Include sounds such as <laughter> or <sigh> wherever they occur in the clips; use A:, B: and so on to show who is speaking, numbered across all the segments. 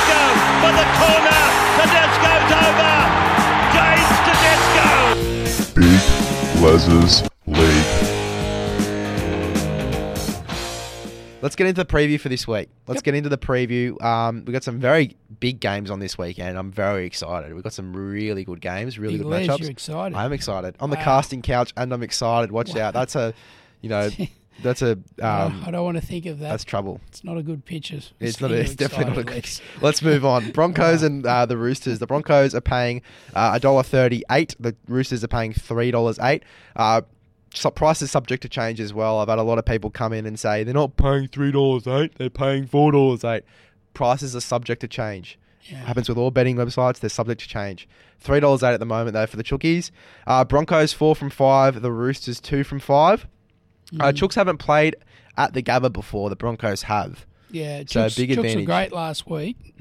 A: for the corner. Tedesco's over. James Tedesco.
B: Big Les's League.
C: Let's get into the preview for this week. Let's get into the preview. Um, we got some very big games on this weekend. I'm very excited. We've got some really good games, really
D: Big
C: good
D: Les,
C: matchups.
D: you're excited.
C: I'm excited. On the
D: Wow.
C: casting couch, and I'm excited. Watch out. That's a, you
D: <laughs>
C: know, that's a. Um,
D: I don't want to think of that.
C: that's trouble.
D: it's not a good picture.
C: It's
D: Just
C: not.
D: getting
C: It's
D: you
C: definitely not a
D: excited,
C: good.
D: Les.
C: Let's move <laughs> on. Broncos and uh, the Roosters. The Broncos are paying uh, a dollar thirty-eight. The Roosters are paying three dollars eight. Uh, so price is subject to change as well. I've had a lot of people come in and say they're not paying three dollars eight. They're paying four dollars eight. Prices are subject to change. Happens with all betting websites. They're subject to change. Three dollars eight at the moment though for the Chookies. Uh, Broncos four from five. The Roosters two from five. Uh, Chooks haven't played at the Gabba before. The Broncos have.
D: Yeah, Chooks,
C: So, big
D: Chooks
C: advantage. Hmm.
D: were great last week.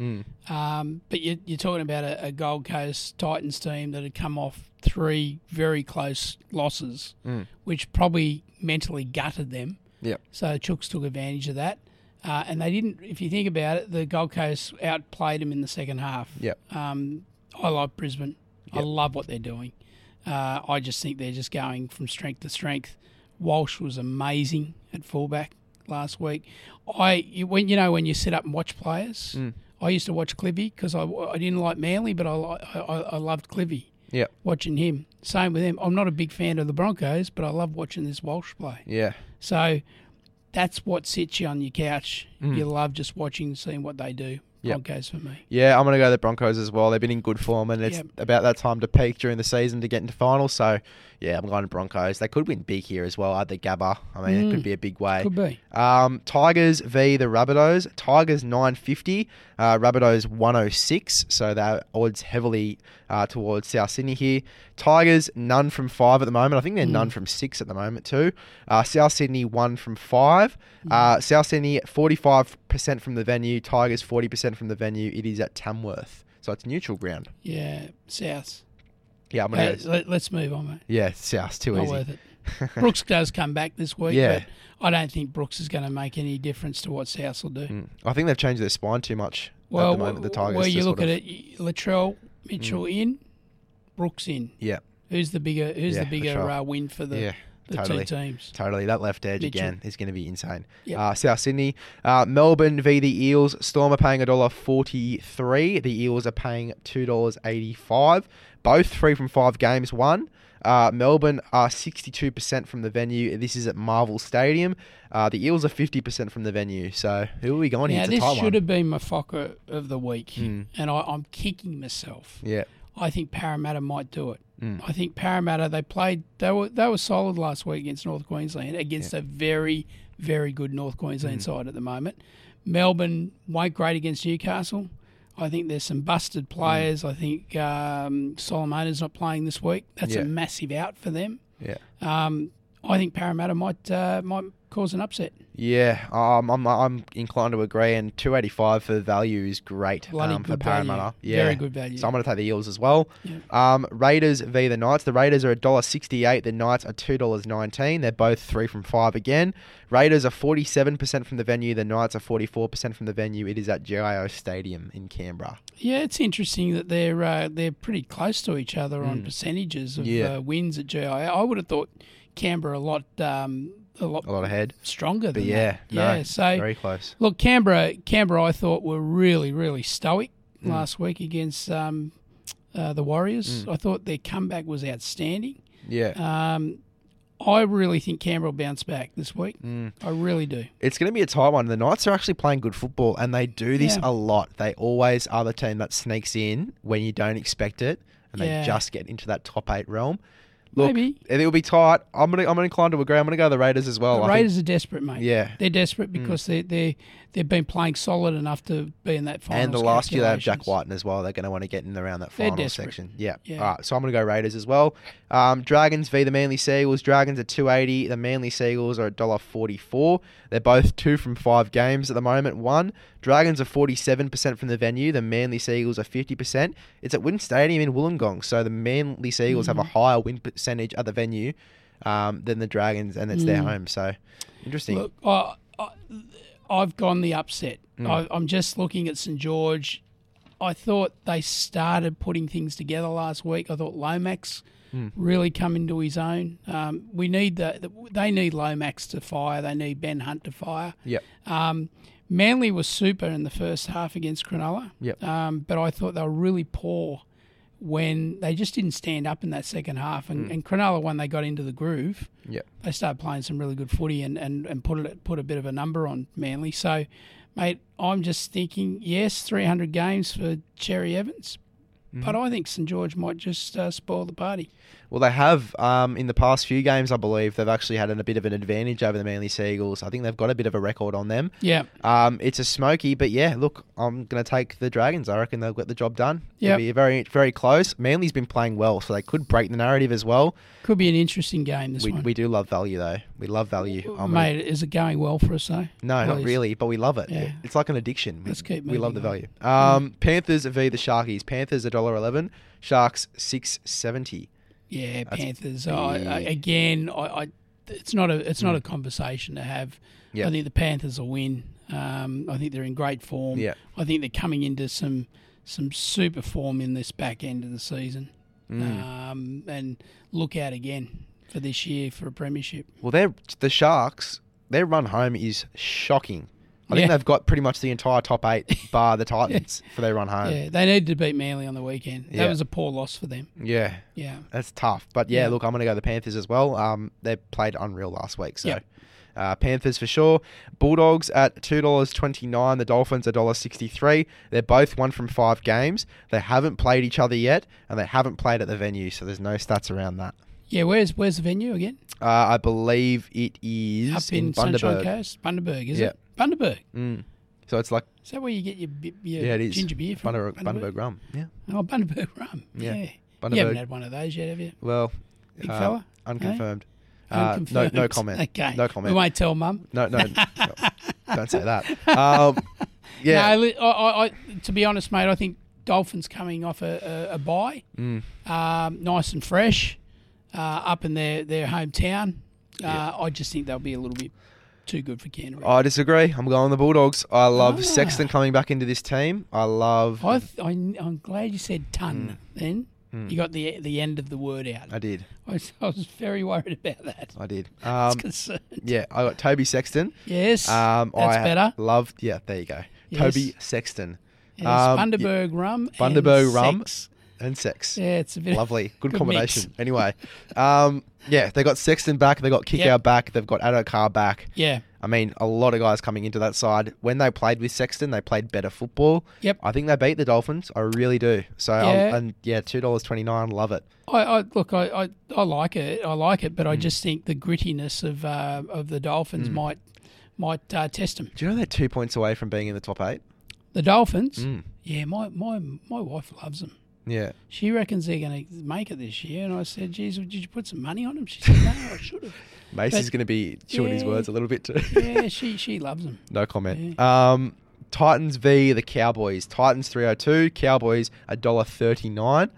D: Um, but you, you're talking about a, a Gold Coast Titans team that had come off three very close losses,
C: Hmm.
D: which probably mentally gutted them.
C: Yep.
D: So Chooks took advantage of that. Uh, and they didn't, if you think about it, the Gold Coast outplayed them in the second half.
C: Yep.
D: Um, I like Brisbane. I love what they're doing. Uh, I just think they're just going from strength to strength. Walsh was amazing at fullback last week. I you, when you know when you sit up and watch players. I used to watch Clivy because I, I didn't like Manly, but I li- I, I I loved Clivy
C: Yep.
D: watching him. Same with him. I'm not a big fan of the Broncos, but I love watching this Walsh play.
C: Yeah.
D: So that's what sits you on your couch. You love just watching, seeing what they do.
C: Yep.
D: Broncos for me.
C: Yeah, I'm going to go the Broncos as well. They've been in good form, and it's
D: Yep.
C: about that time to peak during the season to get into finals. So, yeah, I'm going to Broncos. They could win big here as well at the Gabba. I mean, it could be a big way.
D: Mm. Could be.
C: Um, Tigers v the Rabbitohs. Tigers 950, uh, Rabbitohs 106. So they're odds heavily uh, towards South Sydney here. Tigers none from five at the moment. I think they're
D: Hmm.
C: none from six at the moment too. Uh, South Sydney one from five.
D: Hmm.
C: Uh, South Sydney 45% from the venue. Tigers 40% from the venue. It is at Tamworth. So it's neutral ground.
D: Yeah, South.
C: Yeah, I'm gonna.
D: Uh,
C: go,
D: let, us move on, mate.
C: yeah, South too
D: Not
C: easy. <laughs>
D: worth it. Brooks does come back this week,
C: Yeah.
D: but I don't think Brooks is going to make any difference to what South will do.
C: I think they've changed their spine too much
D: Well,
C: at the Mm, moment. The Tigers.
D: where you
C: to
D: look
C: sort
D: at
C: of- Mm.
D: it, y- Latrell Mitchell in, Brooks in.
C: Yeah.
D: Who's the bigger? Who's
C: Yeah,
D: the bigger
C: Latrell.
D: uh, win for the,
C: Yeah,
D: the
C: totally.
D: two teams?
C: Totally. That left edge
D: Mitchell.
C: again is going to be insane.
D: Yep.
C: Uh, South Sydney. Uh, Melbourne v the Eels. Storm are paying $1.43. The Eels are paying $2.85. Both three from five games won. Uh, Melbourne are 62% from the venue. This is at Marvel Stadium. Uh, the Eels are 50% from the venue. So who are we going
D: Now
C: here? It's a
D: this
C: tight
D: should
C: one. Hmm.
D: have been my fucker of the week, and I, I'm kicking myself.
C: Yeah.
D: I think Parramatta might do it.
C: Mm.
D: I think Parramatta they played they were they were solid last week against North Queensland against a very very good North
C: Mm.
D: Queensland side at the moment. Melbourne weren't great against Newcastle. I think there's some
C: Mm.
D: busted players. I think um, Solomona's not playing this week. That's
C: Yeah.
D: a massive out for them.
C: Yeah.
D: Um, I think Parramatta might uh, might cause an upset.
C: Yeah, um, I'm I'm inclined to agree, and 285 for value is great
D: Bloody
C: um, for
D: good value.
C: Parramatta. Yeah,
D: Very good value.
C: So I'm going to take the Eels as well. Um, Raiders v the Knights. The Raiders are $1.68. The Knights are $2.19. They're both three from five again. Raiders are 47% from the venue. The Knights are 44% from the venue. It is at GIO Stadium in Canberra.
D: Yeah, it's interesting that they're uh, they're pretty close to each other on percentages of
C: Hmm. Yeah.
D: uh, wins at GIA. I would have thought Canberra a lot um, a lot
C: A lot ahead,
D: stronger
C: Oh, but
D: than
C: yeah,
D: that. yeah.
C: no,
D: so
C: very close.
D: look, Canberra Canberra I thought were really really stoic
C: Hmm.
D: last week against um, uh, the Warriors. I thought their comeback was outstanding.
C: Yeah.
D: Um, I really think Canberra will bounce back this week.
C: Hmm.
D: I really do.
C: it's going to be a tight one. The Knights are actually playing good football, and they do this
D: Yeah.
C: a lot. They always are the team that sneaks in when you don't expect it, and
D: Yeah.
C: they just get into that top eight realm. Look,
D: Maybe.
C: it will be tight. I'm gonna, I'm inclined to agree. I'm gonna go the Raiders as well.
D: The
C: Oh, I think-
D: Raiders are desperate, mate.
C: Yeah. Mm.
D: they're desperate because they they they've been playing solid enough to be in that final.
C: and the last year they have Jack Whiten as well. They're going to want to get in around that
D: They're
C: final
D: desperate.
C: section. Yeah.
D: Yeah.
C: All right. So I'm going to go Raiders as well. Um, Dragons v the Manly Seagulls. Dragons are 280. The Manly Seagulls are $1.44. They're both two from five games at the moment. One. Dragons are 47% from the venue. The Manly Seagulls are 50%. It's at Wynn Stadium in Wollongong. So the Manly Seagulls have
D: Mm.
C: a higher win percentage at the venue um, than the Dragons, and it's their home. So interesting.
D: Mm. Look,
C: Mm.
D: I, I, I've gone the upset. I, I'm just looking at St George I thought they started putting things together last week. I thought Lomax
C: Mm.
D: really come into his own. Um, we need the, the they need Lomax to fire. They need Ben Hunt to fire.
C: Yep.
D: Um, Manly was super in the first half against Cronulla.
C: Yep.
D: Um, but I thought they were really poor when they just didn't stand up in that second half.
C: Mm.
D: And, and Cronulla, when they got into the groove,
C: Yep.
D: they started playing some really good footy and, and, and put it put a bit of a number on Manly. So, mate, I'm just thinking, yes, 300 games for Cherry Evans,
C: Mm.
D: but I think St George might just uh, spoil the party.
C: Well, they have um, in the past few games, I believe they've actually had an- a bit of an advantage over the Manly Seagulls. I think they've got a bit of a record on them.
D: Yeah,
C: Um, it's a smoky, but yeah, look, I'm going to take the Dragons. I reckon they'll get the job done.
D: Yep.
C: It'll be very, very close. Manly's been playing well, so they could break the narrative as well.
D: could be an interesting game this
C: We,
D: one.
C: we do love value, though. We love value. I'm gonna-
D: mate, is it going well for us though?
C: no, not
D: Please.
C: really, but we love it.
D: Yeah.
C: It's like an addiction. We,
D: Let's keep
C: We love the value.
D: moving
C: Um, Panthers v the Sharkies. Panthers $1.11, Sharks six seventy.
D: Yeah, Panthers. I, I, again, I, I, it's not a it's not a conversation to have.
C: Mm. Yeah.
D: I think the Panthers will win. Um, I think they're in great form.
C: Yeah.
D: I think they're coming into some some super form in this back end of the season.
C: Mm.
D: Um, and look out again for this year for a premiership.
C: Well, they're the Sharks. Their run home is shocking. I think
D: Yeah.
C: they've got pretty much the entire top eight,
D: <laughs>
C: bar the Titans, for their run home. Yeah.
D: yeah, they needed to beat Manly on the weekend. That
C: Uh, Yeah.
D: was a poor loss for them. Yeah.
C: that's tough. But yeah,
D: Yeah.
C: look, I'm going to go the Panthers as well. Um, they played unreal last week, so
D: Yeah.
C: uh, Panthers for sure. Bulldogs at two dollars twenty nine. The Dolphins a dollar sixty three. They're both one from five games. They haven't played each other yet, and they haven't played at the venue, so there's no stats around that.
D: Yeah, where's where's the venue again?
C: Uh, I believe it is
D: Up in, Sunshine
C: Bundaberg.
D: Coast, Bundaberg, is
C: Yeah.
D: it? Bundaberg.
C: So it's like
D: Is that where you get your, bi- your
C: yeah, it is
D: ginger beer from?
C: Bundaberg, Bundaberg rum. Yeah.
D: Oh, Bundaberg rum.
C: Yeah.
D: Yeah.
C: Bundaberg.
D: You haven't had one of those yet, have you?
C: Well,
D: Big fella, eh?
C: unconfirmed. Uh, no,
D: Unconfirmed.
C: no comment.
D: <laughs> Okay.
C: No comment.
D: We won't tell mum.
C: No,
D: <laughs>
C: no, no. don't say that. Um, yeah,
D: No, li- I, I, I, to be honest, mate, I think Dolphins coming off a, a, a bye,
C: Mm.
D: um, nice and fresh, uh, up in their, their hometown. Uh, I just think they'll be a little bit too good for Canterbury.
C: I disagree. I'm going the Bulldogs. I love
D: Ah.
C: Sexton coming back into this team. I love.
D: I th- I, I'm glad you said ton then. You got the the end of the word out.
C: Mm. I did.
D: I was, <laughs> I was very worried about that.
C: I did. Um,
D: Concerned.
C: yeah, I got Toby Sexton.
D: Yes,
C: Um,
D: that's
C: I
D: better.
C: Love. Yeah, there you go.
D: Yes.
C: Toby Sexton.
D: Yes,
C: Um,
D: Bundaberg rum.
C: Bundaberg
D: and
C: rum.
D: sex.
C: and sex.
D: Yeah, it's a bit <laughs>
C: Lovely. Good,
D: mix.
C: combination. Anyway, um, yeah, they got Sexton back. They got Kickout
D: Yep.
C: back. They've got Addo Carr back.
D: Yeah,
C: I mean, a lot of guys coming into that side. When they played with Sexton, they played better football.
D: Yep.
C: I think they beat the Dolphins. I really do. So, I'll,
D: Yeah.
C: and yeah, two dollars twenty nine. Love it.
D: I, I look, I, I, I like it. I like it, but
C: Hmm.
D: I just think the grittiness of uh, of the Dolphins might might uh, test them.
C: Do you know they're two points away from being in the top eight?
D: The Dolphins,
C: Hmm.
D: yeah, my, my my wife loves them.
C: Yeah.
D: She reckons they're going to make it this year, and I said, "Geez, did you put some money on them?" She said, "No, I
C: <laughs>
D: should have."
C: Macy's
D: But-
C: going to be chewing his
D: Yeah.
C: words a little bit too.
D: Yeah, she she loves them.
C: <laughs> no comment. Um, Titans v the Cowboys. Titans three hundred two. Cowboys a dollar thirty nine.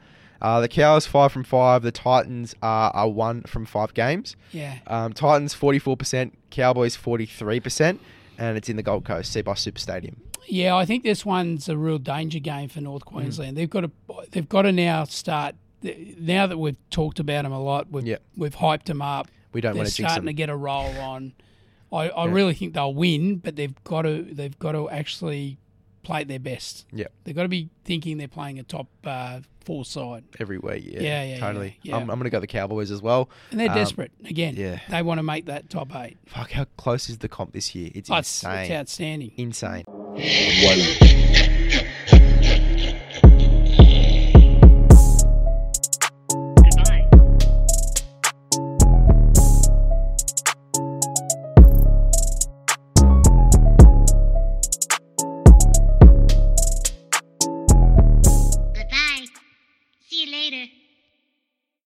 C: Uh, the Cows five from five. The Titans are, are one from five games.
D: Yeah,
C: Um, Titans forty four percent. Cowboys forty three percent. And it's in the Gold Coast, Seabus Super Stadium.
D: Yeah, I think this one's a real danger game for North
C: Hmm.
D: Queensland. They've got to they've got to now start. Now that we've talked about them a lot, we've
C: Yep.
D: we've hyped them up.
C: We don't
D: They're
C: want to jinx
D: starting to
C: them.
D: get a roll on. I, I really think they'll win, but they've got to they've got to actually play at their best.
C: Yeah,
D: They've got to be thinking they're playing a top uh, four side,
C: every week. Yeah,
D: Yeah, yeah,
C: totally.
D: yeah, yeah.
C: I'm, I'm going to go the Cowboys as well.
D: and they're
C: Um,
D: desperate. Again,
C: yeah.
D: they want to make that top eight.
C: Fuck, how close is the comp this year? It's
D: That's Oh, it's
C: insane.
D: outstanding.
C: Insane.
B: Wait.